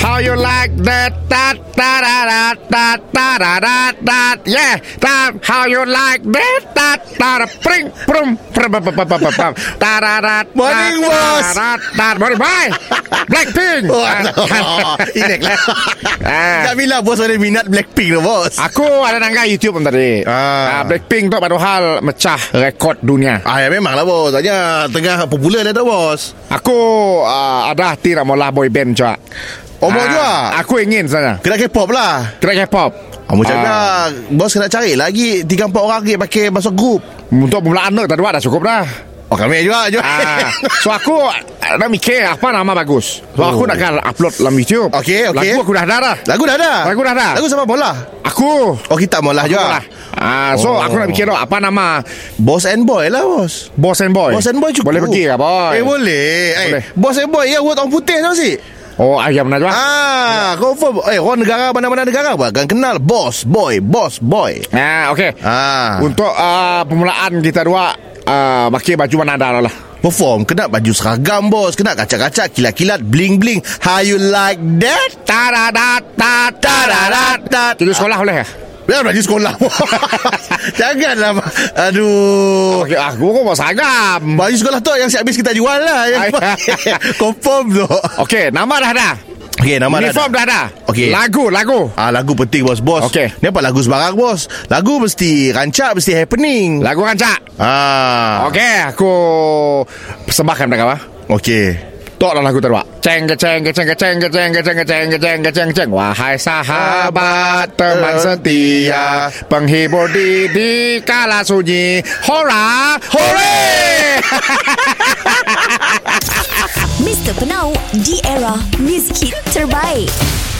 How you like that? That, that, that, that, that, that, that, yeah. That, how you like that? That, that, pring, prum, prum, prum, prum, prum, prum, prum. That, that, that, that, Morning, boss. that, that, that. Morning, bye. Blackpink. Oh, oh, Inek lah Ah. Tak bila bos ada minat Blackpink tu bos Aku ada nangka YouTube pun tadi. Ah. Ah. Blackpink tu baru hal mecah rekod dunia. Ah, ya memang lah bos Hanya tengah popular dah tu bos Aku ah, ada hati nak mula boy band juga. Oh, mau juga? Aku ingin sana. Kena K-pop lah Kira K-pop. Kamu Ah. cakap Bos kena cari lagi Tiga empat orang lagi Pakai masuk grup Untuk permulaan tu tadi dah cukup dah. Oh kami juga juga Ah, so aku ah, nak mikir apa nama bagus. So aku Oh. nak kan upload dalam YouTube. Okey, okey. Lah, Lagu aku dah ada dah. Lagu dah ada Lagu dah ada. Lagu sama bola Aku Oh kita maulah juga lah. Ah, so Oh. aku nak mikir tu apa nama Boss and boy lah bos Boss and Boy. Boss and boy cukup Boleh pergi ke boy? Eh boleh, Boleh. Eh, Boss and boy Ya buat orang putih tau si Oh, ayam nak juga. Ah, confirm. Eh, orang negara mana-mana negara apa? Kan kenal boss, boy, boss, boy. Ah, okey. Ah. Untuk ah, permulaan kita dua ah, pakai baju mana ada lah. Perform kena baju seragam bos, kena kacak-kacak, kilat-kilat, bling-bling. How you like that? Taradat, ta, taradat, ta. Jadi sekolah boleh ya? Ya, baju sekolah. Janganlah. Aduh. Okey, aku kok mau sagam. Baju sekolah tu yang siap habis kita jual lah. Yang confirm tu. Okey, nama dah ada. Okey, nama dah. Uniform dah ada. Okey. Lagu, lagu. Ah, lagu penting bos bos. Okey. Ni apa lagu sebarang bos? Lagu mesti rancak, mesti happening. Lagu kan, Cak? ah. Okey, aku persembahkan mereka apa? Okey. Tok lah lagu terbaik. Ceng ke ceng ke ceng ke ceng ke ceng ke ceng ke ceng ke ceng ke ceng ke ceng. Wahai sahabat teman setia, penghibur di di kala sunyi. Hora, hore! Mr. Penau, di era music hit terbaik.